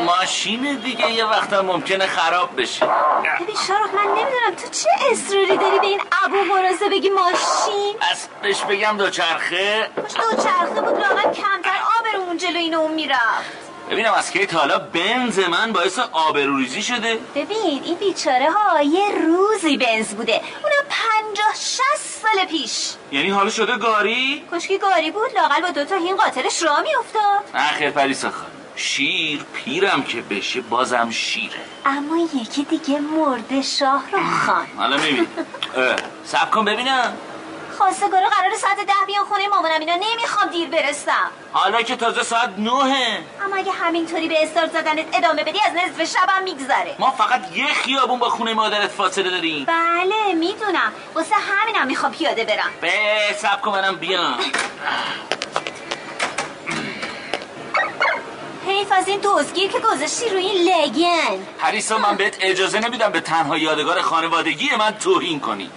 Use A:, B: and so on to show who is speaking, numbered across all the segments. A: ماشینه دیگه یه وقتا ممکنه خراب بشه
B: ببین شارخ من نمیدونم تو چه اصراری داری به این ابو مرازه بگی ماشین
A: از بهش بگم دوچرخه
B: کاش دوچرخه بود لاغل کمتر آبرون جلو این اون میرفت
A: ببینم از کی تا حالا بنز من باعث آبروریزی شده
B: ببین این بیچاره ها یه روزی بنز بوده اونم پنجاه شست سال پیش
A: یعنی حالا شده گاری
B: کشکی گاری بود لاغل با دوتا هین قاتلش را میافتاد
A: نه خیر پریسا خانم شیر پیرم که بشه بازم شیره
B: اما یکی دیگه مرده شاه رو خان
A: حالا میبینی سب کن ببینم
B: خواستگارا قرار ساعت ده بیان خونه مامانم اینا نمیخوام دیر برسم
A: حالا که تازه ساعت نوهه
B: اما اگه همینطوری به استار زدنت ادامه بدی از نصف شبم میگذره
A: ما فقط یه خیابون با خونه مادرت فاصله داریم
B: بله میدونم واسه همینم میخوام پیاده برم
A: به سب کن منم بیام
B: حیف از این دوزگیر که گذاشتی روی این لگن
A: پریسا من بهت اجازه نمیدم به تنها یادگار خانوادگی من توهین کنی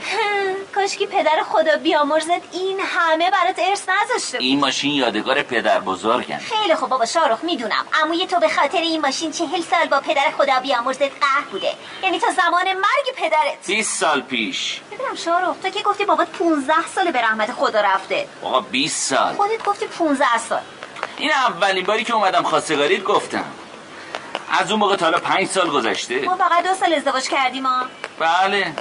B: کاشکی پدر خدا بیامرزت این همه برات ارث نذاشته بود
A: این ماشین یادگار پدر بزرگم
B: خیلی خوب بابا شارخ میدونم عموی تو به خاطر این ماشین چهل سال با پدر خدا بیامرزت قهر بوده یعنی تا زمان مرگ پدرت
A: 20 سال پیش
B: ببینم شارخ تو که گفتی بابات 15 ساله به رحمت خدا رفته
A: آقا 20 سال
B: خودت گفتی 15 سال
A: این اولین باری که اومدم خواستگاریت گفتم از اون موقع تا حالا پنج سال گذشته
B: ما فقط دو سال ازدواج کردیم ها
A: بله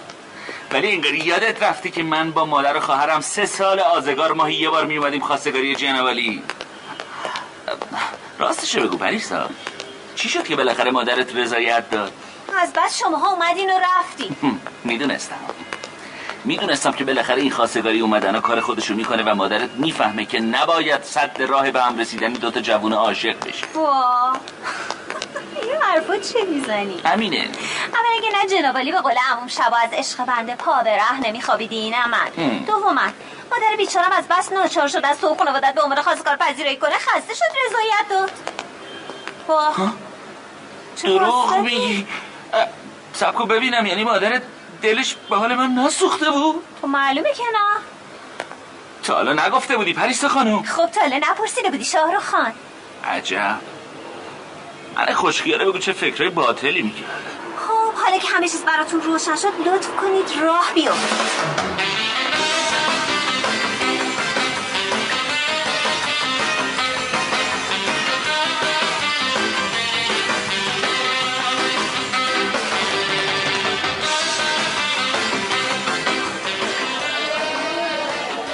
A: ولی انگاری یادت رفته که من با مادر و خواهرم سه سال آزگار ماهی یه بار میومدیم خواستگاری جنوالی راستشو بگو پریسا چی شد که بالاخره مادرت رضایت داد
B: از بعد شماها اومدین و رفتین
A: هم، میدونستم میدونستم که بالاخره این خواستگاری اومدن و کار خودشو میکنه و مادرت میفهمه که نباید صد راه به هم رسیدن دوتا جوون عاشق بشه
B: وا این حرفا چه میزنی
A: همینه
B: اما اگه نه جنابالی به قول عموم شبا از عشق بنده پا به ره نمیخوابیدی نه من
A: هم.
B: دوما مادر بیچارم از بس ناچار شد از تو و خانوادت به عنوان خواستگار پذیرایی کنه خسته شد رضایت داد واه چه
A: دروغ
B: مسخره.
A: میگی اه، سب کن ببینم یعنی مادرت دلش به حال من نسوخته بود
B: تو معلومه که نه
A: تا حالا نگفته بودی پریسا خانم
B: خب تا حالا نپرسیده بودی شاهرخ خان
A: عجب من خوشگیاره بگو چه فکرهای باطلی میکرد
B: خب حالا که همه چیز براتون روشن شد لطف کنید راه بیافتید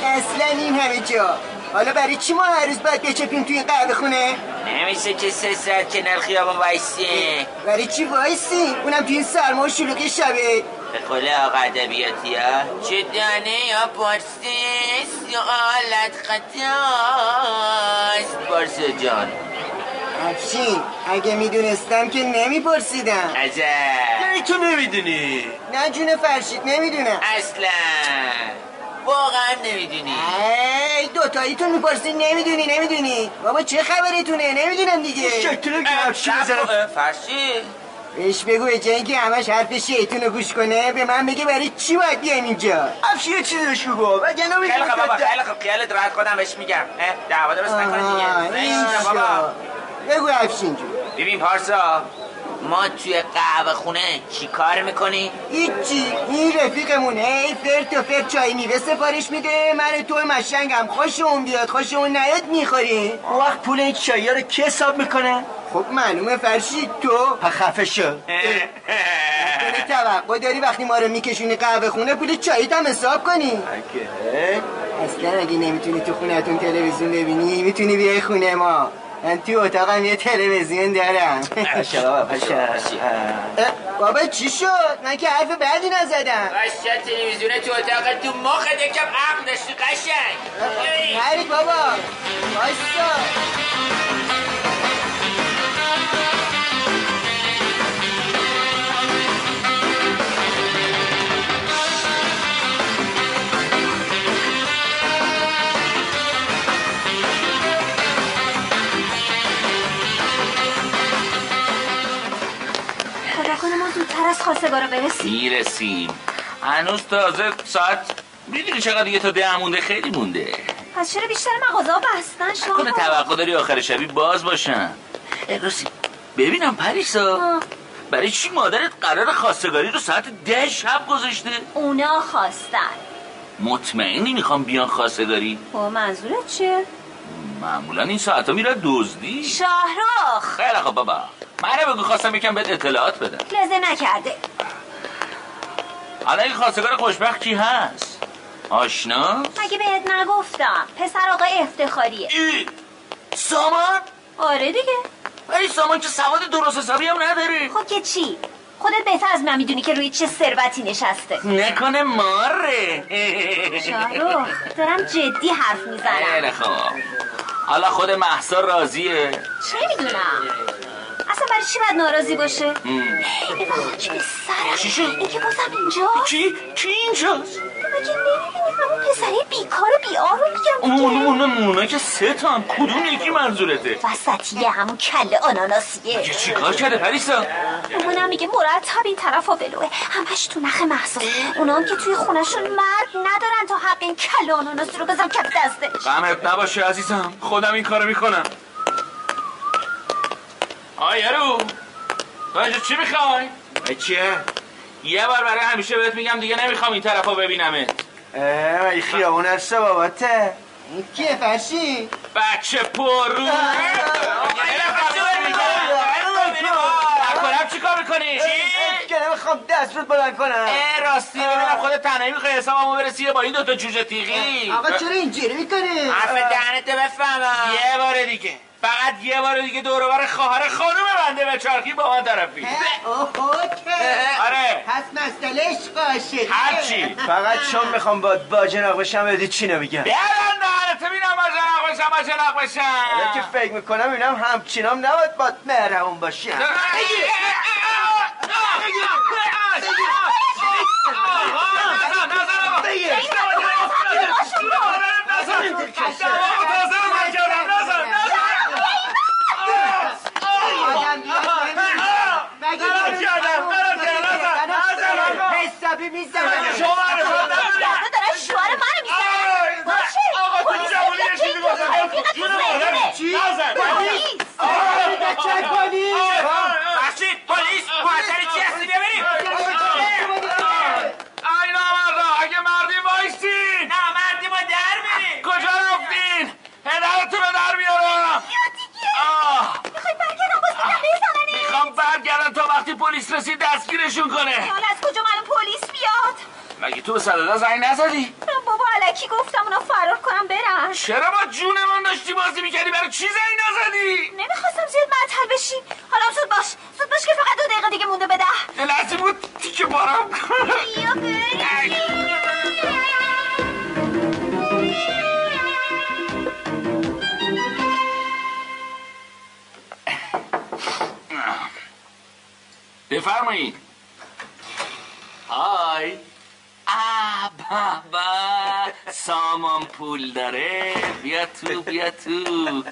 C: اصلا این همه جا حالا برای چی ما هر روز باید بچپیم توی این قهوه خونه
D: نمیشه که سه ساعت کنار خیابان وایسی
C: برای چی وایسی اونم توی این سرما و شلوغ شبه
D: به قول آقا ادبیاتی ها چه دانه یا پرسی سوالت خطاست پارسا جان
C: افشین اگه میدونستم که نمیپرسیدم
D: عجب
E: تو نمیدونی
C: نه جون فرشید نمیدونم
D: اصلا واقعا نمیدونی
C: ای دوتاییتون میپرسی نمیدونی نمیدونی بابا چه خبرتونه نمیدونم دیگه
E: شکل گرفت
D: فرشی
C: بهش بگو به جای اینکه همش حرف شیطون رو گوش کنه به من بگه برای چی باید بیایم اینجا
E: افشی یه چیزش بگو وگه
D: خیلی خب بابا
E: نمیدونی
D: خیلی خب خیالت راحت خودم بهش میگم اه، دعوا درست نکنه دیگه
C: آها،
D: نه اینجا بابا
C: اینجا. بگو افشین جون
D: ببین پارسا ما توی قهوه خونه چی کار میکنی؟
C: هیچی این رفیقمون هی فرت و فرت چای میوه سفارش میده من تو مشنگم خوشمون بیاد خوشمون نیاد میخوریم
E: اون وقت پول این چایی رو کی حساب میکنه
C: خب معلومه فرشید تو
E: پا خفه شو
C: یعنی توقع داری وقتی ما رو میکشونی قهوه خونه پول چاییت هم حساب کنی اصلا اگه نمیتونی تو خونهتون تلویزیون ببینی میتونی بیای خونه ما من تو اتاقم یه تلویزیون دارم
E: پشه بابا پشه
C: اه، بابا چی شد من که حرف بعدی نزدم
D: قشن تلویزیون تو اتاق تو مخت یکم عقل داشتی قشنگ ای.
C: نری بابا وایسا
B: خدا کنه ما زودتر از خواستگارا برسیم
A: میرسیم هنوز تازه ساعت میدونی چقدر دیگه تا ده مونده خیلی مونده
B: پس چرا بیشتر مغازه بستن شما
A: کنه توقع داری آخر شبی باز باشن اه، راستی ببینم پریسا
B: آه.
A: برای چی مادرت قرار خواستگاری رو ساعت ده شب گذاشته
B: اونا خواستن
A: مطمئنی میخوام بیان خواستگاری
B: با منظورت چیه؟
A: معمولا این ساعتا میره دزدی
B: شاهرخ
A: خیلی خب بابا من بگو خواستم یکم بهت اطلاعات بدم
B: لازم نکرده
A: حالا این خواستگار خوشبخت کی هست آشنا
B: مگه بهت نگفتم پسر آقای افتخاریه
A: ای، سامان
B: آره دیگه
A: ولی سامان که سواد درست حسابی هم نداره
B: خب که چی خودت بهتر از من میدونی که روی چه ثروتی نشسته
A: نکنه ماره
B: شاهرخ دارم جدی حرف
A: خیلی
B: میزنم
A: خب حالا خود محسا راضیه
B: چه میدونم اصلا برای چی باید ناراضی باشه
A: مم.
B: ای نگاه چی به
A: چی
B: سرم
A: شد؟
B: این که بازم اینجا
A: کی کی اینجاست
B: مگه نمیبینی همون پسره بیکار و بیار رو
A: اون
B: میگم
A: اون
B: دیگه؟
A: اون اونا که سه تا هم کدوم یکی منظورته
B: وسطیه همون کله آناناسیه
A: که چیکار کرده پریسا
B: اونم میگه مرتب این طرف و بلوه همش تو نخ محسا اونا هم که توی خونشون مرد ندارن تا حق این کله آناناسی رو بزن کف دستش
A: غمت نباشه عزیزم خودم این کارو میکنم آی یارو تو اینجا چی میخوای؟
E: بچه
A: یه بار برای همیشه بهت میگم دیگه نمیخوام این طرفا ببینمت
E: اه ولی خیابون هسته باباته
C: این کیه فرشی؟
A: بچه پرو کنم چی کار میکنی؟
E: که نمیخوام دست رود بلند کنم
A: اه، راستی ببینم خودت تنهایی میخوای حسابمو برسی یا با این دوتا جوجه تیغی
C: آقا چرا اینجوری میکنه؟
D: حرف دهنتو بفهمم
A: یه بار دیگه فقط یه بار دیگه دور و بر خواهر خانم بنده به چرخی با من طرفی
C: اوکی
A: آره
C: پس مسئلهش باشه
A: هرچی
E: فقط چون میخوام باد باجناق بشم بدی چی نمیگم
A: بلند دهنت ببینم باجناق باشم باجناق
E: حالا که
A: باشم
E: فکر میکنم اینم همچینام نباید باد مهرمون باشی
C: آدم دیگه مگه
A: غلط کردم، غلط کردم، نزن، نزن، آقا.
C: حسابی میزنم
B: یارو دارن شوهر منو میزنن باشه پلیس بیاد که این دوتا رفیقت مهمونه. پلیس
C: بچه کنی
D: بخشید پلیس پاتر چی هستی ببینیم
A: ای نامردا اگه مردی وایسین
D: نه مردی ما در میریم
A: کجا رفتین هدرتون رو در میارم
B: بیا دیگه.
A: آه
B: میخوای برگردم باز بگم بزننی
A: میخوام برگردن تا وقتی پلیس رسید دستگیرشون کنه
B: حالا از کجا من پلیس بیاد
A: مگه تو به صددا زنگ نزدی
B: من بابا علکی گفتم اونا فرار کنم برن
A: چرا با جونمون داشتی بازی میکردی برای چی زنگ نزدی
B: نمیخواستم زیاد معطل بشی حالا زود باش زود باش که فقط دو دقیقه دیگه مونده بده
A: لحظه بود تیکه بارم
B: بیا بریم
A: بفرمایید های آ بابا سامان پول داره بیا تو بیا تو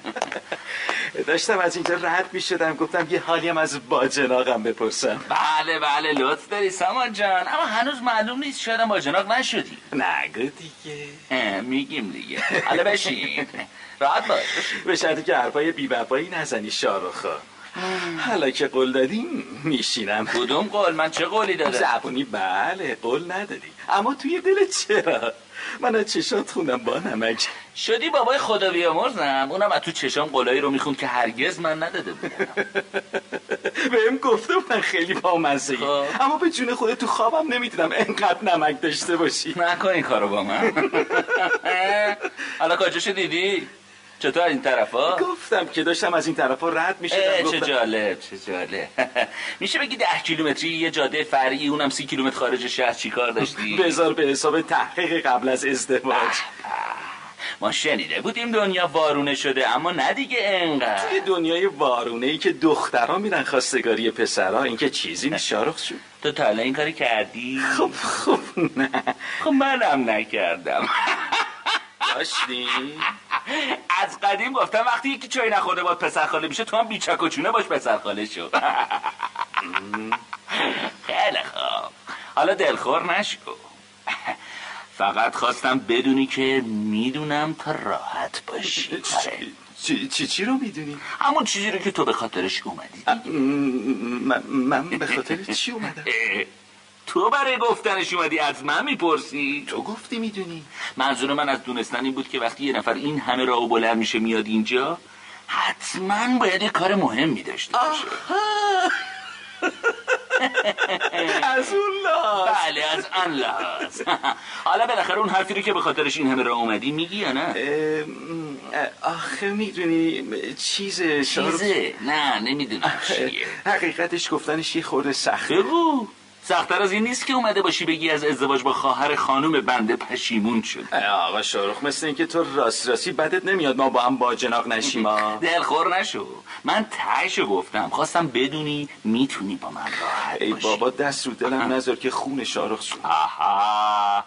E: داشتم از اینجا رد میشدم گفتم یه حالیم از باجناقم بپرسم
A: بله بله لطف داری سامان جان اما هنوز معلوم نیست شاید با جناق نشدی
E: نگو دیگه
A: اه، میگیم دیگه حالا بشین راحت باش بشین.
E: به شرطی که حرفای بیبقایی نزنی شارخا حالا که قول دادیم میشینم
A: کدوم قول من چه قولی دادم
E: زبونی بله قول ندادی اما توی دل چرا من از چشات خوندم با نمک
A: شدی بابای خدا بیامرزم اونم از تو چشام قولایی رو میخون که هرگز من نداده بودم
E: بهم گفته من خیلی بامزه
A: خب.
E: اما به جون خودت تو خوابم نمیدونم انقدر نمک داشته باشی
A: نکن این کارو با من حالا کجاشو دیدی چطور از این طرفا
E: گفتم که داشتم از این طرفا رد میشدم
A: خب. اه، چه جالب چه جالب میشه بگی ده کیلومتری یه جاده فرعی اونم سی کیلومتر خارج شهر چیکار داشتی
E: بذار به حساب تحقیق قبل از ازدواج
A: ما شنیده بودیم دنیا وارونه شده اما نه دیگه انقدر
E: یه دنیای وارونه ای که دخترها میرن خواستگاری پسرها این که چیزی نیست شارخ جون
A: تو تا الان این کاری کردی
E: خب خب نه
A: خب منم نکردم
E: داشتی
A: از قدیم گفتم وقتی یکی چای نخورده باد پسر خاله میشه تو هم بیچک و چونه باش پسر خاله شو خیلی خوب حالا دلخور نشو فقط خواستم بدونی که میدونم تا راحت باشی آره.
E: چی, چی, چی رو میدونی؟
A: همون چیزی رو که تو به خاطرش اومدی
E: م- من, من به خاطر چی اومدم؟
A: اه، تو برای گفتنش اومدی از من میپرسی
E: تو گفتی میدونی؟
A: منظور من از دونستن این بود که وقتی یه نفر این همه راهو بلند میشه میاد اینجا حتما باید یه کار مهمی داشته باشه
E: از اون لاز
A: بله از آن لحاظ حالا بالاخره اون حرفی رو که به خاطرش این همه راه اومدی میگی یا نه
E: اه، م، آخه میدونی چیز
A: چیزه نه نمیدونم چیه
E: حقیقتش گفتنش یه خورده سخته
A: بگو سختتر از این نیست که اومده باشی بگی از ازدواج با خواهر خانم بنده پشیمون شد
E: اه، آقا شاروخ مثل اینکه تو راست راستی بدت نمیاد ما با هم باجناق نشیم ها
A: دلخور نشو من تهشو گفتم خواستم بدونی میتونی با من راحت
E: ای
A: باشی
E: بابا دست رو دلم نذار که خون شاروخ سو
A: آها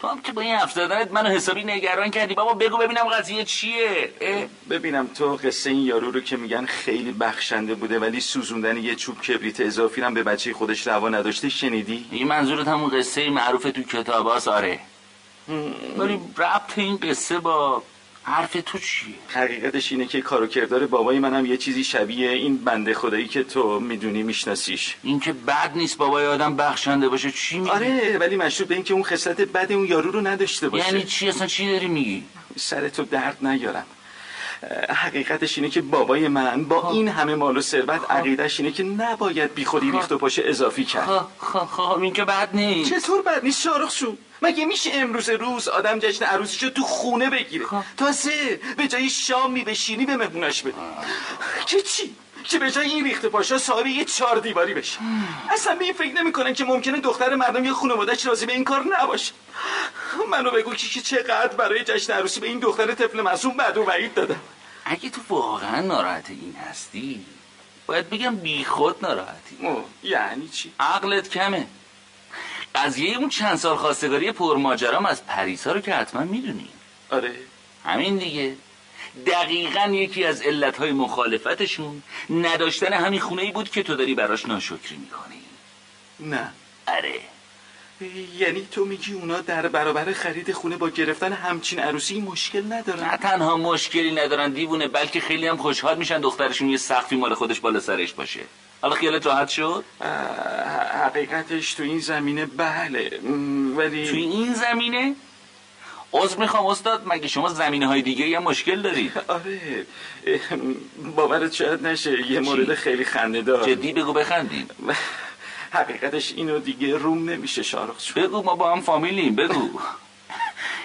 A: تو هم که با این حرف زدنت منو حسابی نگران کردی بابا بگو ببینم قضیه چیه اه،
E: ببینم تو قصه این یارو رو که میگن خیلی بخشنده بوده ولی سوزوندن یه چوب کبریت اضافی هم به بچه خودش روا نداشته شنیدی؟
A: این منظورت همون قصه معروف تو کتاباس آره ولی ربط این قصه با حرف تو چیه
E: حقیقتش اینه که کارو کردار بابای منم یه چیزی شبیه این بنده خدایی که تو میدونی میشناسیش
A: این که بد نیست بابای آدم بخشنده باشه چی میگی
E: آره ولی مشروط به اینکه اون خصلت بد اون یارو رو نداشته باشه
A: یعنی چی اصلا چی داری میگی
E: سر تو درد نیارم اه، حقیقتش اینه که بابای من
A: خب.
E: با این همه مال و ثروت عقیدش اینه که نباید بیخودی ریخت و پاش اضافی کرد
A: خب خب خب این که بد نیست
E: چطور بد نیست شارخ شو مگه میشه امروز روز آدم جشن عروسیشو تو خونه بگیره تازه به جای شام میوه شیرینی به مهموناش بده که چی که به جای این ریخته پاشا صاحب یه چهار دیواری بشه اصلا به این فکر نمیکنن که ممکنه دختر مردم یا خانوادهش راضی به این کار نباشه منو بگو کی که چقدر برای جشن عروسی به این دختر طفل معصوم بعد و وعید دادم
A: اگه تو واقعا ناراحت این هستی باید بگم بیخود ناراحتی
E: اوه، یعنی چی
A: عقلت کمه قضیه اون چند سال خواستگاری پرماجرام از پریسا رو که حتما میدونی
E: آره
A: همین دیگه دقیقا یکی از علتهای مخالفتشون نداشتن همین خونه ای بود که تو داری براش ناشکری میکنی
E: نه
A: آره
E: یعنی تو میگی اونا در برابر خرید خونه با گرفتن همچین عروسی مشکل ندارن
A: نه تنها مشکلی ندارن دیوونه بلکه خیلی هم خوشحال میشن دخترشون یه سقفی مال خودش بالا سرش باشه حالا خیالت راحت شد
E: اه، حقیقتش تو این زمینه بله م، ولی
A: توی این زمینه عذر میخوام استاد مگه شما زمینه های دیگه هم مشکل دارید
E: آره اه، باورت شاید نشه یه مورد خیلی خنده دار
A: جدی بگو بخندیم
E: حقیقتش اینو دیگه روم نمیشه شارخ شد
A: بگو ما با هم فامیلیم بگو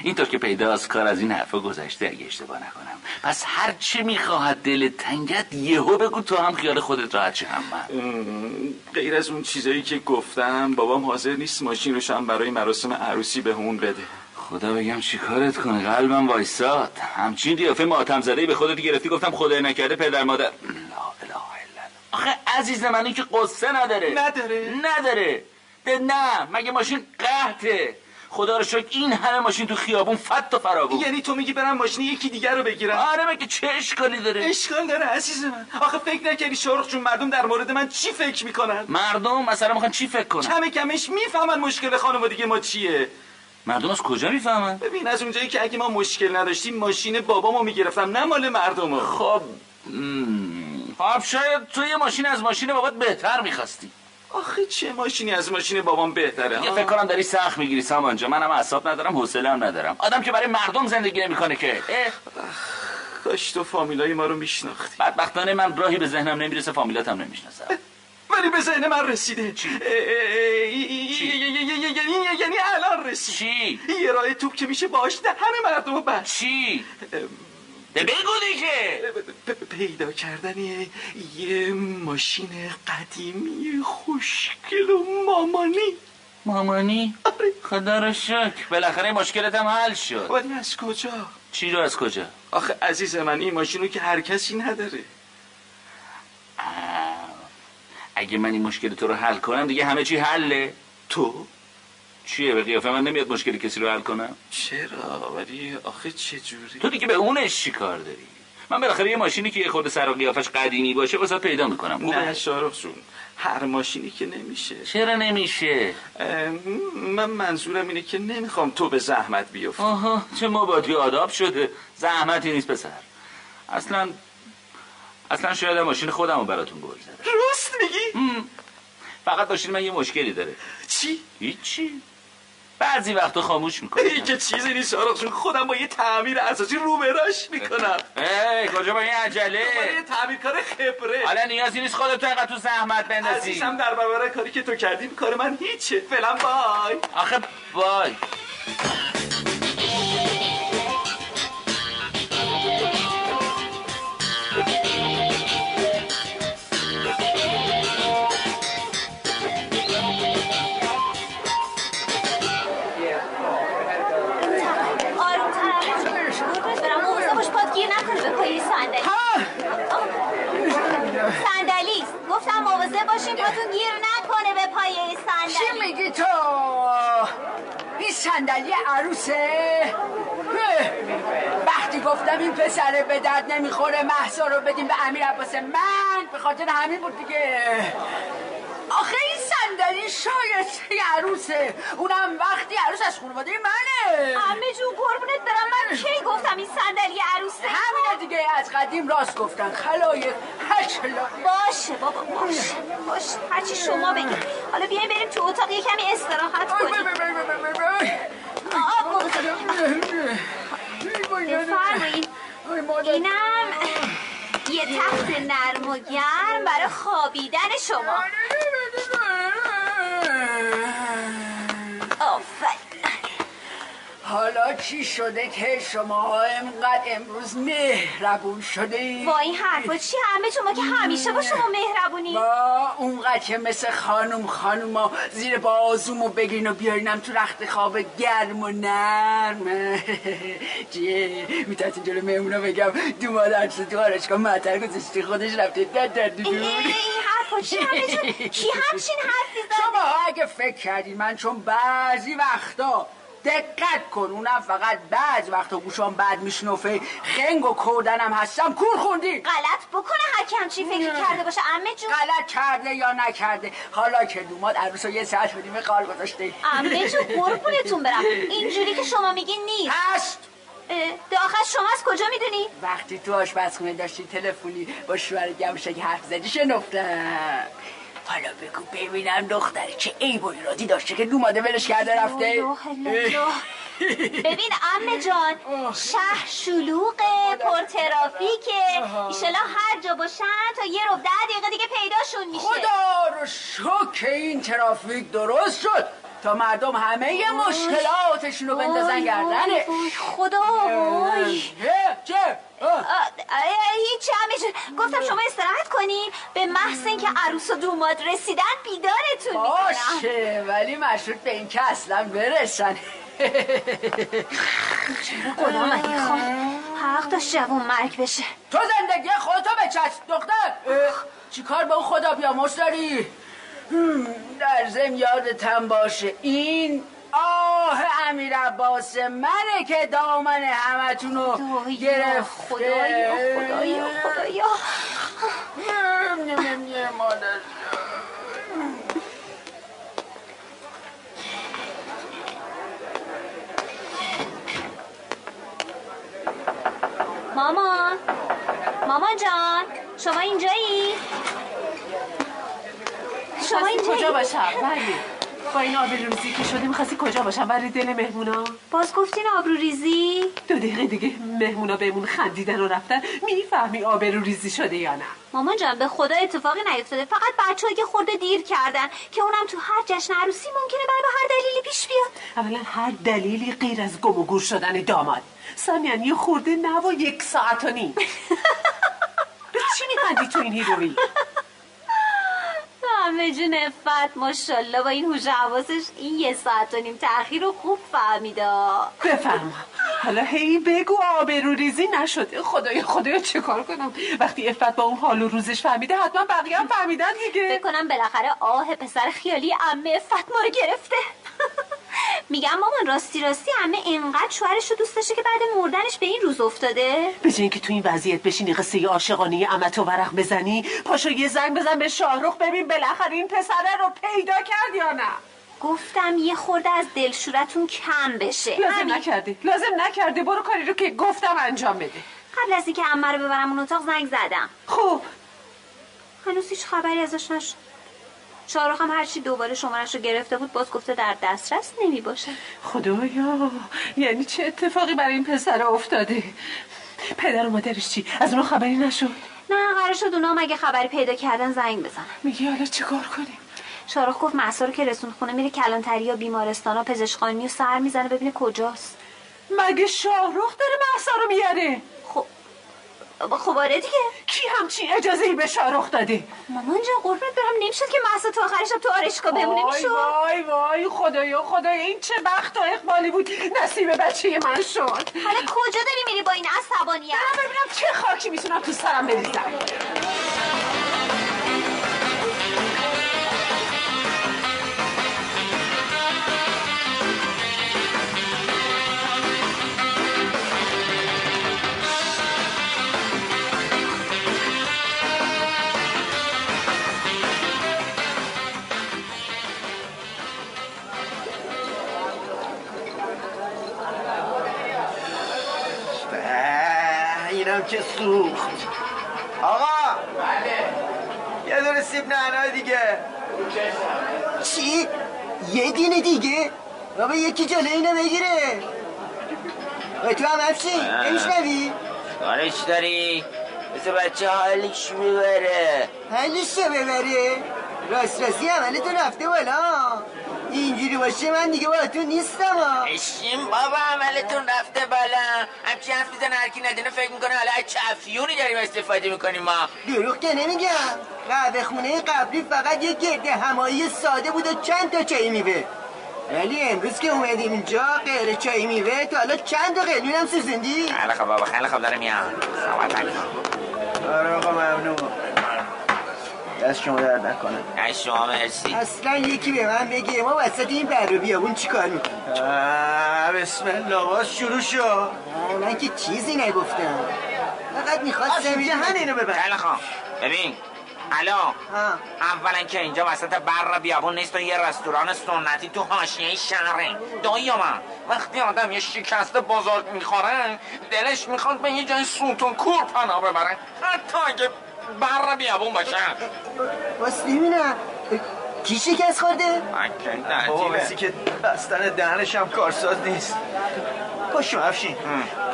A: اینطور که پیداست کار از این حرفا گذشته اگه اشتباه نکنم پس هر چه میخواهد دل تنگت یهو بگو تو هم خیال خودت راحت شه هم من
E: غیر از اون چیزایی که گفتم بابام حاضر نیست ماشین روش هم برای مراسم عروسی به اون بده
A: خدا بگم چیکارت کنه قلبم وایساد همچین قیافه ماتم زده به خودت گرفتی گفتم خدای نکرده پدر مادر لا اله الا الله. آخه عزیز من این که قصه نداره
E: نداره؟
A: نداره ده نه مگه ماشین قحطه خدا رو شکر این همه ماشین تو خیابون فت و فراوون
E: یعنی تو میگی برم ماشین یکی دیگر رو بگیرم
A: آره مگه چه اشکالی داره
E: اشکال داره عزیز من آخه فکر نکردی شارخ جون مردم در مورد من چی فکر میکنن
A: مردم مثلا میخوان چی فکر کنن
E: کم کمش میفهمن مشکل خانوادگی ما چیه
A: مردم از کجا میفهمن
E: ببین از اونجایی که اگه ما مشکل نداشتیم ماشین بابامو میگرفتم نه مال مردمو
A: خب مم. خب شاید تو یه ماشین از ماشین بابات بهتر میخواستی
E: آخه چه ماشینی از ماشین بابام بهتره
A: یه
E: ها؟
A: فکر کنم داری سخت میگیری سامانجا منم اعصاب ندارم حوصله هم ندارم آدم که برای مردم زندگی نمیکنه که اه،
E: کاش تو فامیلای ما رو میشناختی
A: بدبختانه من راهی به ذهنم نمیرسه فامیلاتم نمیشناسم
E: ولی به ذهن من رسیده اه، اه، اه، یعنی یعنی- یعنی الان رسید
A: چی
E: یه راه توپ که میشه باش دهن مردم رو بست
A: چی ده بگو دیگه
E: پ- پیدا کردن یه- یه ماشین قدیمی خوشگل و مامانی آره.
A: مامانی خدا رو شکر بالاخره مشکلت هم حل شد
E: ولی از کجا
A: چی رو از کجا
E: آخه عزیز من این ماشین رو که هر کسی نداره
A: آه. اگه من این مشکل تو رو حل کنم دیگه همه چی حله
E: تو
A: چیه به قیافه من نمیاد مشکل کسی رو حل کنم
E: چرا ولی آخه چه جوری
A: تو دیگه به اونش چی کار داری من بالاخره یه ماشینی که یه خورده سر و قیافش قدیمی باشه واسه پیدا میکنم
E: نه شارخ جون هر ماشینی که نمیشه
A: چرا نمیشه
E: اه، من منظورم اینه که نمیخوام تو به زحمت بیفتی
A: آها چه مبادی آداب شده زحمتی نیست پسر اصلا اصلا شاید هم ماشین خودم رو براتون گل زده
E: درست میگی
A: فقط ماشین من یه مشکلی داره
E: چی
A: هیچی بعضی وقتا خاموش میکنه
E: ای که چیزی نیست آرخ جون خودم با یه تعمیر اساسی رو براش میکنم
A: ای کجا با این
E: دنبال یه
A: عجله
E: تعمیرکار خبره
A: حالا نیازی نیست خودت تو اینقدر تو زحمت بندازی
E: عزیزم در برابر کاری که تو کردی کار من هیچه فعلا بای
A: آخه وای
B: آرومتر برم موزه باش پاد گیر نکنه به پای صندلی آه. صندلی است. گفتم مواظب باشین پاتون گیر نکنه به پای
F: چی
B: صندلی
F: میگی تو این صندلی عروسه اه. وقتی گفتم این پسره به درد نمیخوره محسا رو بدیم به امیر عباس من به خاطر همین بود دیگه آخه این صندلی شایسته عروسه اونم وقتی عروس از خانواده منه
B: همه جون قربونت برم من کی گفتم این صندلی عروسه
F: همینه دیگه از قدیم راست گفتن خلایق هشلا
B: باشه بابا باشه باشه هرچی شما بگید حالا بیاین آره، بریم تو اتاق یه کمی استراحت کنیم آب بخور. بفرمایید اینم یه تخت نرم و گرم برای خوابیدن شما آفرین
F: حالا چی شده که شما اینقدر امروز مهربون شده
B: با این حرفا چی همه شما که همیشه با شما مهربونی
F: با اونقدر که مثل خانم خانوما زیر بازومو بگیرین و بیارینم تو رخت خواب گرم و نرم چیه میترسین جلو مهمونا بگم دو مادر تو خارج کن معطر گذاشتی خودش رفته در در دو
B: ای،
F: دو.
B: ای، این حرفا چی همه جون کی همچین حرفی زد
F: شما اگه فکر کردین من چون بعضی وقتا دقت کن اونم فقط بعضی وقتا گوشام بد میشنفه خنگ و کودنم هستم کور خوندی
B: غلط بکنه هر کی همچین فکری کرده باشه عمه جون
F: غلط کرده یا نکرده حالا که دوماد عروس رو یه ساعت بدیم قال گذاشته
B: عمه جون قربونتون برم اینجوری که شما میگین نیست
F: هست
B: اه، داخل شما از کجا میدونی
F: وقتی تو آشپزخونه داشتی تلفنی با شوهر گمشک حرف زدی شنفتم حالا بگو ببینم دختره چه عیب و ایرادی داشته که دوماده ولش کرده رفته
B: الله، الله، الله. ببین امن جان شهر شلوغه پرترافیکه ایشالا هر جا باشن تا یه رو ده دقیقه دیگه پیداشون میشه
F: خدا رو شکر این ترافیک درست شد تا مردم همه ی مشکلاتشون رو بندازن
B: وای،
F: گردنه
B: وای، وای، خدا وای
F: چه چه آه.
B: آه، اه، هیچی همه جون. گفتم شما استراحت کنین به محض اینکه عروس و دوماد رسیدن بیدارتون میکنم
F: باشه ولی مشروط به این که اصلا برسن
B: خدا من این خان حق داشت جوون مرگ بشه
F: تو زندگی خودتو بچست دختر اه، چیکار به اون خدا بیامرز داری هم، در ضمن یادتم باشه این آه امیر عباس منه که دامن همتون رو
B: خدایا
F: گرفته
B: خدایا خدایا خدایا مامان مامان جان شما اینجایی شما
G: می‌خواستی کجا
B: اینجایی
G: باشم ولی با این آبروریزی که شده میخواستی کجا باشم ولی دل مهمونا
B: باز گفتین آبرو ریزی
G: دو دقیقه دیگه مهمونا بهمون خندیدن و رفتن میفهمی آبروریزی شده یا نه
B: مامان جان به خدا اتفاقی نیفتاده فقط بچه که خورده دیر کردن که اونم تو هر جشن عروسی ممکنه برای هر دلیلی پیش بیاد
G: اولا هر دلیلی غیر از گم و گور شدن داماد سامیان یه خورده نه و یک ساعت و نیم به چی میخندی تو این هیروی
B: همه جون افت ماشالله با این هوش و حواسش این یه ساعت و نیم تاخیر رو خوب فهمیدا
G: بفرما حالا هی بگو آبروریزی نشده خدایا خدایا چه کار کنم وقتی افت با اون حال و روزش فهمیده حتما بقیه هم فهمیدن دیگه
B: فکر کنم بالاخره آه پسر خیالی عمه فتما رو گرفته میگم مامان راستی راستی عمه اینقدر شوهرش رو دوست داشته که بعد مردنش به این روز افتاده
G: به جای اینکه تو این وضعیت بشینی قصه عاشقانه امت و ورق بزنی پاشو یه زنگ بزن به شاهرخ ببین بالاخره این پسره رو پیدا کرد یا نه
B: گفتم یه خورده از دلشورتون کم بشه
G: لازم نکردی لازم نکردی برو کاری رو که گفتم انجام بده
B: قبل از اینکه عمه رو ببرم اون اتاق زنگ زدم
G: خب
B: هنوز هیچ خبری ازش نشد شاهرخ هم هرچی دوباره شمارش رو گرفته بود باز گفته در دسترس نمی باشه
G: خدایا یعنی چه اتفاقی برای این پسر افتاده پدر و مادرش چی از اونها خبری نشد
B: نه قرار شد اونا هم اگه خبری پیدا کردن زنگ بزنن
G: میگی حالا چیکار کنیم
B: شاهرخ گفت مهسا رو که رسون خونه میره کلانتری یا بیمارستان و پزشکخانه و سر میزنه ببینه کجاست
G: مگه شاهرخ داره محسا رو میاره
B: خب خب آره دیگه
G: کی همچین اجازه ای به شاهرخ داده
B: مامان جان قربونت برم نمیشد که محسا تو آخرش تو آرشگاه بمونه
G: وای
B: میشد
G: وای وای خدایا خدایا این چه بخت و اقبالی بود نصیب بچه من شد
B: حالا کجا داری میری با این عصبانیت
G: برم ببینم چه خاکی میتونم تو سرم بریزم
C: اه، اینم که سوخت آقا یه دونه سیب نعنا دیگه چی؟ یه دینه دیگه؟ بابا یکی جلو اینو بگیره آقا تو هم افشی نمیشنوی؟
D: کارش داری مثل بچه حالش میبره
C: حلش رو ببره راست راستی عملتون رفته بالا اینجوری باشه من دیگه با تو نیستم آه.
D: اشیم بابا عملتون رفته بالا همچین حرف میزن هرکی ندینه فکر میکنه حالا از چه افیونی داریم استفاده میکنیم ما
C: دروغ که نمیگم قهوه خونه قبلی فقط یک گرد همایی ساده بود و چند تا چای میوه ولی امروز که اومدیم اینجا غیر چای میوه تا حالا چند تا قلیون هم سوزندی
D: خیلی خب بابا خیلی خب داره میاد صحبت نکن
C: آره آقا ممنون دست شما درد نکنه
D: نه شما مرسی
C: اصلا یکی به من بگه ما وسط این بر و بیابون چی کار میکنیم
E: بسم الله باز شروع شو
C: من که چیزی نگفتم فقط میخواستم اینجا همینو ببر
D: خیلی خب ببین الو
C: ها.
D: اولا که اینجا وسط بر بیابون نیست و یه رستوران سنتی تو حاشیه شهره دایما وقتی آدم یه شکست بزرگ میخوره دلش میخواد به یه جای سوت و کور پناه ببره حتی اگه بر بیابون باشه
C: بس نمیدونم کی شکست خورده؟
D: اگه
H: بابا
D: نه
H: مثل که بستن دهنش هم کارساز نیست پاشو افشین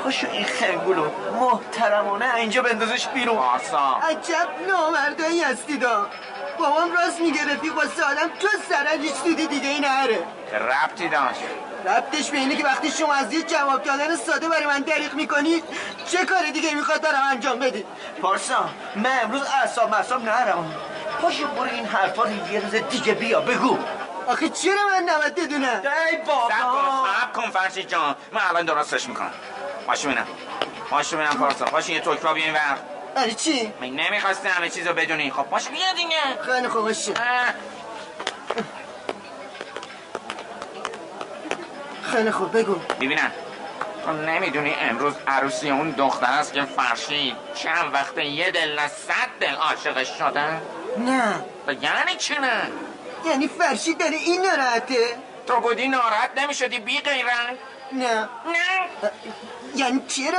H: پاشو این خنگولو محترمانه اینجا بندازش بیرون
D: آسا
C: عجب نامردایی هستی دا بابام راست میگه رفیق واسه آدم تو سرن هیچ سودی دیگه ای نهره
D: که ربطی داشت
C: ربطش به اینه که وقتی شما از یه جواب دادن ساده برای من دریغ میکنی چه کار دیگه میخواد برام انجام بدی
H: پارسا من امروز اعصاب مصاب نرم پاشو برو این حرفا رو یه روز دیگه بیا بگو
C: آخه چرا من نباید بدونم
H: ای بابا
D: سب کن سب کن فرشی جان من الان درستش میکنم پاشو بینم پاشو بینم پارسا پاشو یه تکرا بیاین ور
C: برای چی
D: من نمیخواستی همه چیز رو بدونی خب پاشو بیا دیگه
C: خیلی خوب باشه.
D: اه.
C: خیلی خوب بگو
D: ببینم تو نمیدونی امروز عروسی اون دختر است که فرشید چند وقت یه دل نه صد دل عاشقش شدن
C: نه
D: و یعنی چی نه
C: یعنی فرشید داره این ناراحته
D: تو بودی ناراحت نمیشدی بی غیرت
C: نه
D: نه
C: یعنی چرا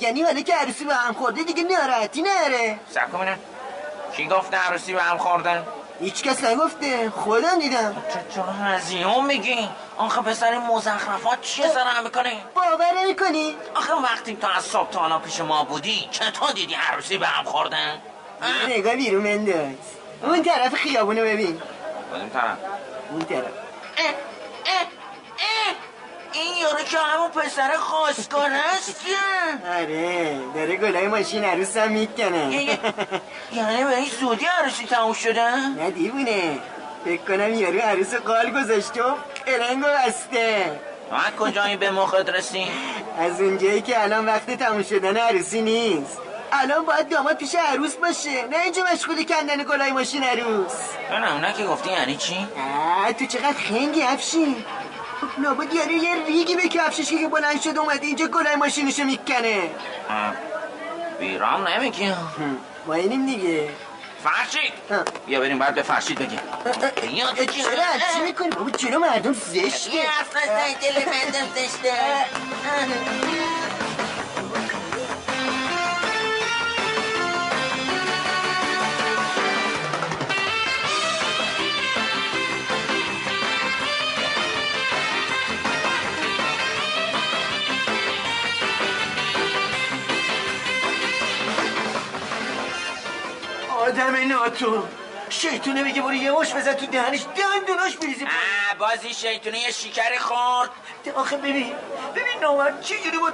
C: یعنی ولی که عروسی به هم خورده دیگه ناراحتی نره
D: سب کن ببینم. کی گفت عروسی به هم خوردن
C: هیچ کس نگفته خودم دیدم
D: چه چرا هزیون میگی آخه پسر این مزخرفات چیه سر هم میکنه
C: باور نمیکنی
D: آخه وقتی تو از صبح تا الان پیش ما بودی چطور دیدی عروسی به هم خوردن اه؟
C: یه نگاه بیرون بنداز اون طرف خیابونو ببین
D: کدوم طرف؟
C: اون طرف
D: اه، اه، اه. این یارو که همون پسر خواستگار است که
C: آره داره گلای ماشین عروسم میکنه
D: یعنی به این زودی عروسی تموم شده؟
C: نه دیوونه فکر کنم یارو عروس قال گذاشته و پلنگو بسته
D: من کجایی به مخت رسی؟
C: از اونجایی که الان وقت تموم شدن عروسی نیست الان باید داماد پیش عروس باشه نه اینجا مشغول کندن گلای ماشین عروس
D: نه نه که گفتی یعنی چی؟
C: آه، تو چقدر خنگی افشین نابد یارو یه ریگی به کفشش که بلند شد اومده اینجا گلای ماشینشو میکنه
D: اه، بیرام نمیگی
C: ما اینیم دیگه
D: فرشید
C: اه.
D: بیا بریم باید به فرشید بگیم
C: اه، اه، چرا چی میکنی بابا چرا مردم زشته
D: دل مندم داشته
C: آدم ناتو شیطونه میگه برو یه مش بزن تو دهنش دندوناش بریزی پایین.
D: اه بازی شیطونه یه شکر خورد
C: آخه ببین ببین نامرد چجوری با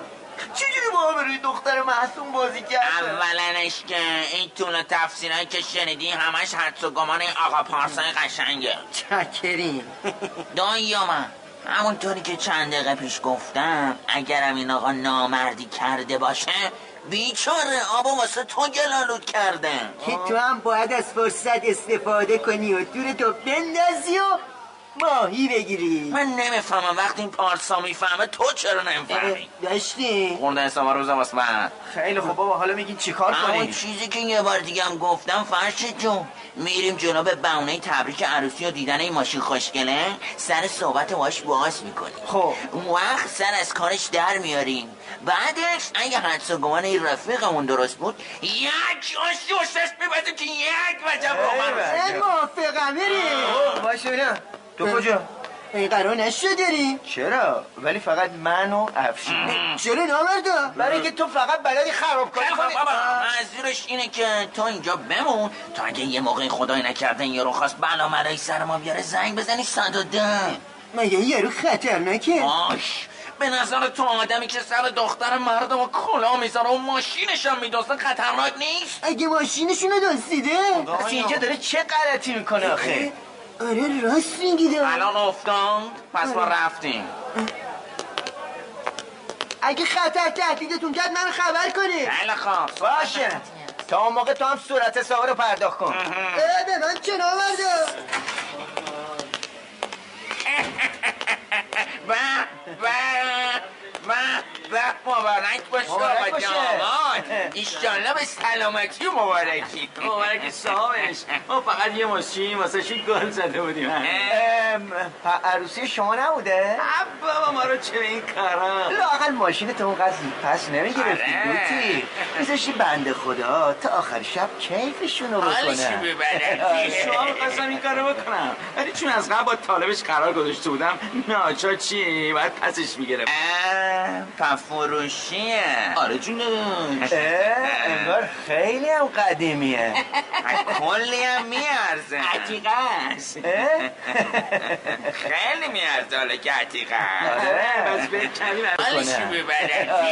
C: چجوری با آبروی دختر محسوم بازی کرد
D: اولنش که این طول تفسیرهایی که شنیدی همش حدس و گمان این آقا پارسای قشنگه
H: چاکرین
D: دایی من همونطوری که چند دقیقه پیش گفتم اگرم این آقا نامردی کرده باشه بیچاره آبا واسه تو گلالود کرده
H: که تو هم باید از فرصت استفاده کنی و دور تو بندازی و ماهی بگیری
D: من نمیفهمم وقتی این پارسا میفهمه تو چرا نمیفهمی
H: داشتی؟
D: خورده حساب روزم واسه من
C: خیلی خب بابا حالا میگی چیکار
D: همون
C: کنیم
D: چیزی که یه بار دیگه هم گفتم فرشت جون میریم جناب بهونه تبریک عروسی و دیدن این ماشین خوشگله سر صحبت باش باز میکنیم
C: خب.
D: اون وقت سر از کارش در میاریم بعدش اگه حدس و گمان این رفیقمون درست بود یک آش جوشش میبزه که یک وجب
C: ای
D: روغن
C: بابا.
H: من موافقم بریم
C: اوه، وایسا ببینم تو کجا
H: این قرار نشدری
C: چرا ولی فقط من و افشین
H: چرا نامردا
C: برای اینکه تو فقط بلدی خراب کنی
D: خیلی خوب، بابا. منظورش اینه که تا اینجا بمون تا اگه یه موقع خدای نکرده این یارو خواست بلا مرای سر ما بیاره زنگ بزنی صد و ده
H: مگه این یارو خطرناکه
D: آش به نظر تو آدمی که سر دختر مردم و کلا میذاره و ماشینش هم میدازه خطرناک نیست
H: اگه ماشینشونو دزدیده
C: پس اینجا داره چه غلطی میکنه آخه
H: آره راست میگی دار.
D: الان افتاد پس ما
C: آره.
D: رفتیم
H: اگه خطر تهدیدتون کرد من خبر کنه
D: خیلی خوب
C: باشه تا اون موقع تو هم صورت سوار رو پرداخت کن
H: اه، به من چه نامردا
D: و و و و مبارک باشه
C: مبارک
D: آقا
C: باشه.
D: داماد ایشالله به سلامتی و مبارکی
E: مبارک صاحبش ما فقط یه ماشین واسه شی گل زده بودیم
C: ام، ه- عروسی شما نبوده؟
E: بابا ما رو چه به این کارا
C: لاقل ماشین تو اونقدر زود پس نمیگرفتی
D: آره.
C: لوتی میذاشتی بنده خدا تا آخر شب کیفشون رو
D: حالشون
C: بکنه
E: شما
D: ببرد
E: میخواستم این کارو بکنم ولی چون از قبل با طالبش قرار گذاشته بودم ناچار چی باید پسش میگرفت
D: پفروشیه
I: آره جون
C: اه، انگار خیلی هم قدیمیه
D: کلی هم میارزه
E: عتیقه است
C: اه؟
D: خیلی میارزه حالا که عتیقه
E: بس آره، به کمی بر-
D: حالشون
E: شما
D: ببرد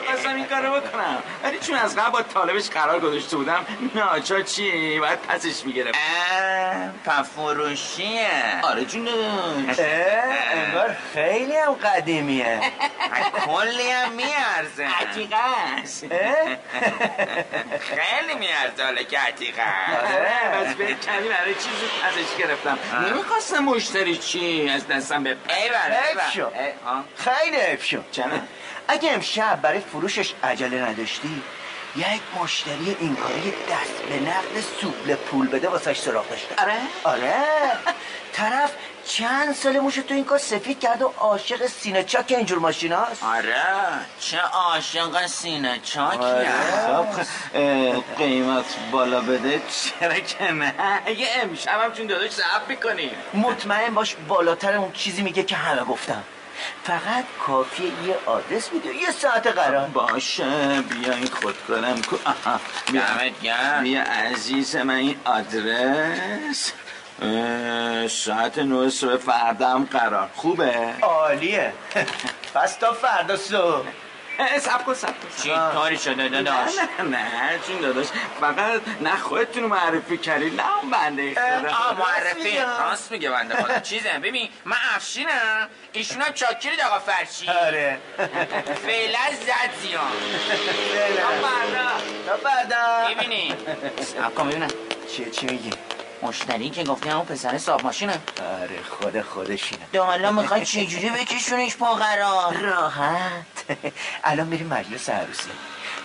E: میخواستم این کارو بکنم ولی چون از قبل با طالبش قرار گذاشته بودم ناچار چی باید پسش میگرفت
D: پفروشیه
I: آره جون
C: اه، انگار خیلی هم قدیمیه
D: کلی هم میارزه
E: عتیقه است
C: اه؟
D: خیلی میارزه حالا که عتیقه
E: آره،
C: آره.
E: بس به کمی برای چی زود پسش گرفتم نمیخواستم مشتری چی از دستم به
D: ایول
C: حیف شد.
D: ایول ای، آه.
C: خیلی حیف شد
E: چرا؟
C: اگه امشب برای فروشش عجله نداشتی یک مشتری این کاری دست به نقل سوبل پول بده واسش سراغ داشتم
E: آره؟
C: آره طرف چند سال موش تو این کار سفید کرد و عاشق سینه چاک اینجور ماشیناست
D: آره چه عاشق سینه چاکی
E: آره. خب، قیمت بالا بده چرا که نه اگه امشب هم چون داداش زب میکنی
C: مطمئن باش بالاتر اون چیزی میگه که همه گفتم فقط کافیه یه آدرس میده یه ساعت قرار
E: باشه بیا این خودکارم کو آها بیا
D: دمت گرم
E: بیا عزیز من این آدرس اه، ساعت نه صبح فردا هم قرار خوبه
C: عالیه پس تا فردا صبح
E: سب کن سب کن
D: چی کاری شده داداش
E: نه نه چون داداش فقط نه خودتون رو معرفی کردید نه اون بنده خدا
D: آه
C: راست
D: معرفی
C: میگم.
D: راست میگه بنده خدا چیزه ببین من افشینم ایشون هم چاکری آقا فرشی
C: آره
D: فعلا زد زیان
C: تا فردا
D: ببینی سب کن ببینم
C: چی چی میگی
D: مشتری که گفتی همون پسر صاحب ماشینه
C: آره خود خودشینه
D: تا حالا میخوای چجوری بکشونش با قرار
C: راحت الان میریم مجلس عروسی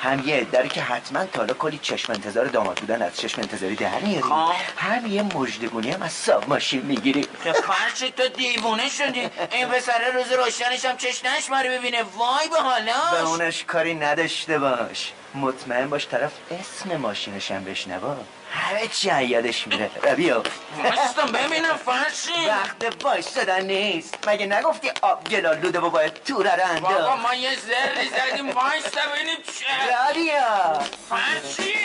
C: هم یه عده رو که حتما تا حالا کلی چشم انتظار داماد بودن از چشم انتظاری در میاریم
D: خب.
C: هم یه مژدگونی هم از صاحب ماشین میگیریم
D: که فرش تو دیوونه شدی این پسره روز روشنش هم چش نشماره ببینه وای به
C: به
D: حالاش
C: اونش کاری نداشته باش مطمئن باش طرف اسم ماشینش هم بشنوا همه چی از یادش میره و بیا
D: مستم ببینم فرشی
C: وقت باش شدن نیست مگه نگفتی آب گلال لوده بابا توره رو
D: بابا
C: انداخت
D: ما یه ذره زدیم وایستا ببینیم چه
C: و بیا
D: فرشی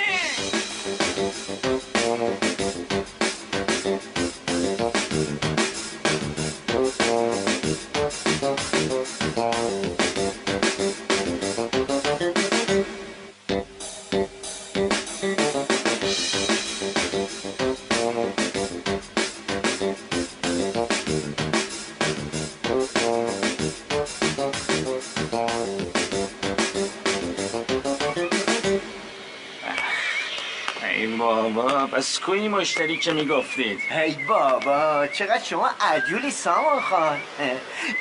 H: ای بابا پس کوی مشتری که میگفتید
C: ای بابا چقدر شما عجولی سامان خان اه،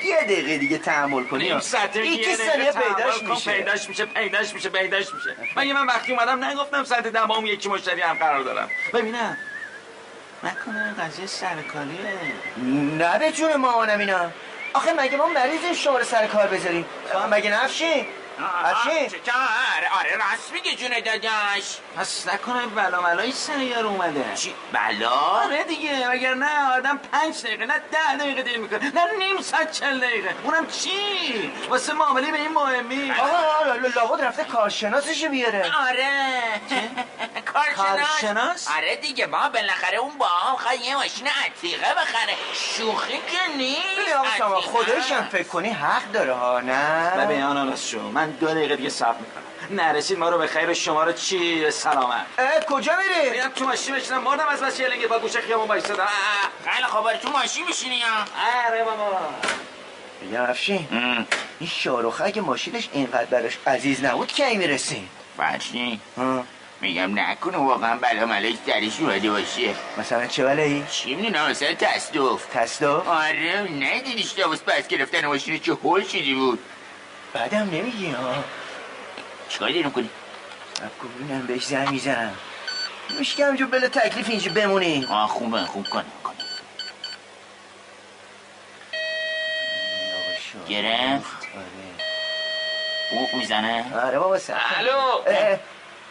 C: یه دقیقه دیگه تحمل کنی
H: نیم ساعته
C: یکی
H: یه دقیقه
C: ثانیه
H: تحمل
C: پیداش
H: کن،
C: میشه.
H: پیداش میشه پیداش میشه پیداش میشه مگه من وقتی اومدم نگفتم ساعت ده با اون یکی مشتری هم قرار دارم ببینم نکنه قضیه سرکاریه
C: نه به جون مامانم اینا آخه مگه ما مریضیم شما رو سر کار بذاریم آه، مگه نفشی؟ افشین
D: چه- آره آره راست میگه جون داداش
H: پس نکنه بلا ملایی سر یار اومده
D: چی بلا
H: آره دیگه وگر نه آدم پنج دقیقه نه ده دقیقه دیر میکنه نه نیم ساعت چل دقیقه اونم چی واسه معامله به این مهمی
C: آها آها، ل- لابد رفته کارشناسشو بیاره
D: آره
H: کارشناس؟
D: خب. آره دیگه ما بالاخره اون با هم خواهد یه ماشین عتیقه بخره شوخی که نیست
C: ببین آقا سامان
D: عتیقه.
C: خدایش هم فکر کنی حق داره ها
H: و به
C: نه
H: آناناس شو من دو دقیقه دیگه صبر میکنم نرسید ما رو به خیر و شما رو چی به سلامت
C: اه، کجا میری؟
H: میرم تو ماشین بشینم مردم از بس یلنگه با گوشه خیابون وایسادم
D: آه، خیلی خبر تو ماشین میشینی یا
H: آره بابا
C: میگم افشین این شاروخ اگه ماشینش اینقدر براش عزیز نبود کی میرسیم
D: باشی میگم نکنه واقعا بلا ملک درش اومده باشه
C: مثلا چه بلایی
D: چی میدونم مثلا تصدف
C: تصادف
D: آره ندیدیش دابوس پس گرفتن ماشین چه هول شدی بود
C: بعدم نمیگی ها
D: چیکار داریم کنی
C: سب کن ببینم بهش زنگ میزنم میشه که همینجور بلا بله تکلیف اینجا بمونی
D: آه خوبه خوب کن کن گرفت او میزنه
C: آره بابا سب کن.
H: الو.
C: اه،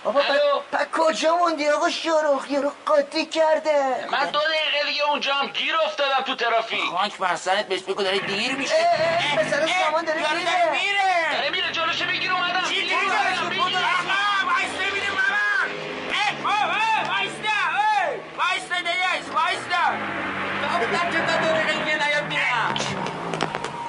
C: بابا پا,
H: الو.
C: پا کجا موندی آقا شاروخ یارو قاطی کرده
H: من دو دقیقه دیگه اونجام گیر افتادم تو ترافیک
D: خاک بر سرت بهش بگو داره دیر میشه
C: اه، اه، پسر سامان داره
D: یارو
C: میره.
D: داره میره
H: داره میره جلوشو بگیر اومدم
D: چی
H: بگیر
D: داری
H: اومدم،
D: برشون
H: بگیر.
D: بودو اما وایس نمیده مامان اه، آه، آه، وایستا اه، وایستا داداش وایستا گفتم که تا دو دقیقه دیگه نیاد میرم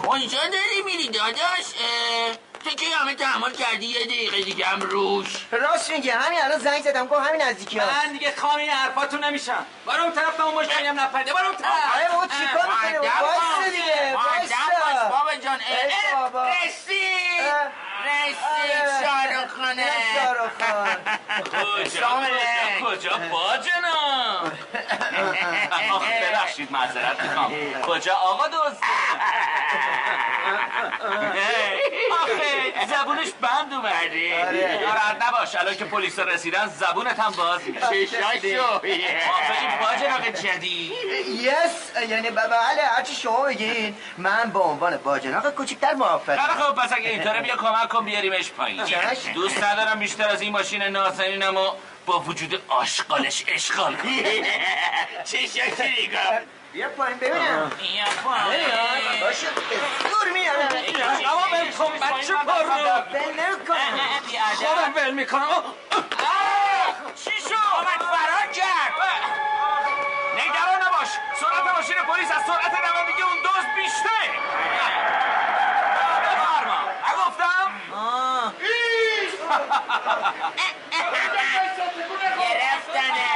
D: کجا خب، داری میری داداش اه، تو که همه تحمل کردی یه دقیقه دیگه هم روش
C: راست میگه همین الان زنگ زدم گفت همین نزدیکی ها
H: من دیگه خام این حرفاتون نمیشم برو اون طرف اون مشتری هم نپده برو اون
C: آره
H: طرف
C: بابا چیکار میکنه
D: مادم
C: وایسا
D: باش
C: دیگه
D: مادم باش
C: وایسا
D: بابا جان اه،
C: ای
D: اه،
C: بابا.
D: رسید
C: اه.
D: رسید شارو خانه
C: نه، شاروخ خان.
A: کجا کجا کجا با جناب آخ، ببخشید معذرت میخوام کجا آقا دوست آخه زبونش بند اومدی آره. ناراحت نباش الان که پلیس رسیدن زبونت هم باز میشه
D: شاشو
A: آفرین با جناب جدید
C: یس یعنی ب- بله هرچی شما بگین من به عنوان باجناق کوچیکتر
A: خیلی
C: موافقم
A: خب پس اگه اینطوره بیا کمک کن بیاریمش پایین
C: چشم.
A: دوست ندارم بیشتر از این ماشین نازنینم و با وجود آشغالش اشغال کنم
D: چه شاکی نگاه
C: بیا پایین ببینم
D: یا بابا.
C: باشه دور میارم
H: اما ول کن بچه پرو
C: بل نکن
H: خودم ول میکنم
D: چی شد؟ آمد فرار کرد
A: نگران نباش سرعت ماشین پلیس از سرعت نمایندگی اون دوز بیشتره بفرما نگفتم
D: گرفتنه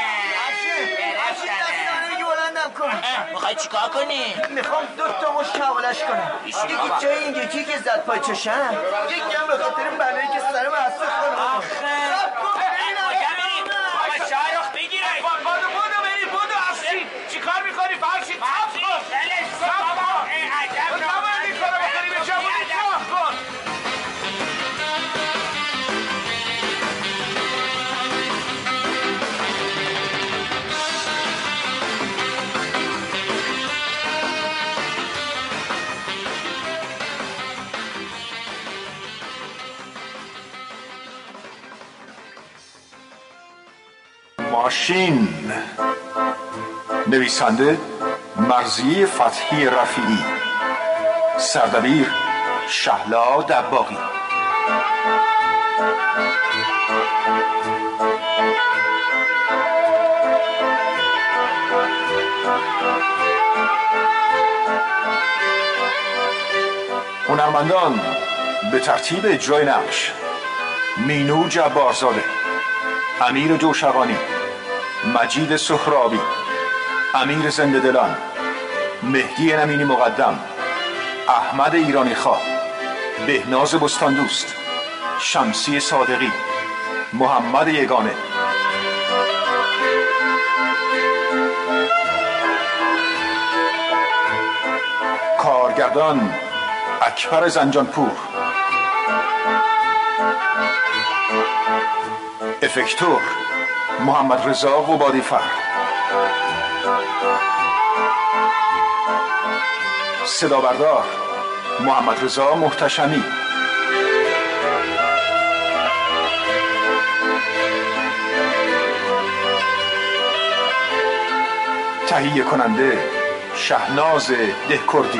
C: افشین دست
D: گرفتنه
C: منو بگی بلندم کن
D: میخوای چیکار کنی؟
C: میخوام دو تا مش حوالش کنم یکی جای این یکی که زد پای چشم یکی هم به خاطر این بلایی که سرم اصلا خانم سب کن، خب، ببینم.
D: کجا بریم؟ بابا شاهرخ بگیرش
A: بادو بودو بری بودو افشین چیکار میکنی فرشید
D: مفتی بلش کن بله، بابا ای عجب
A: خب، نباید این کارو بکنی، به جوونی
D: بیادب.
J: ماشین نویسنده مرزی فتحی رفیعی سردبیر شهلا دباغی هنرمندان به ترتیب اجرای نقش مینو جبارزاده امیر جوشقانی مجید سخرابی امیر زنده دلان مهدی نمینی مقدم احمد ایرانی خواه بهناز بستاندوست شمسی صادقی محمد یگانه کارگردان اکبر زنجانپور افکتور محمد رضا قبادی فر صدا بردار محمد رضا محتشمی تهیه کننده شهناز دهکردی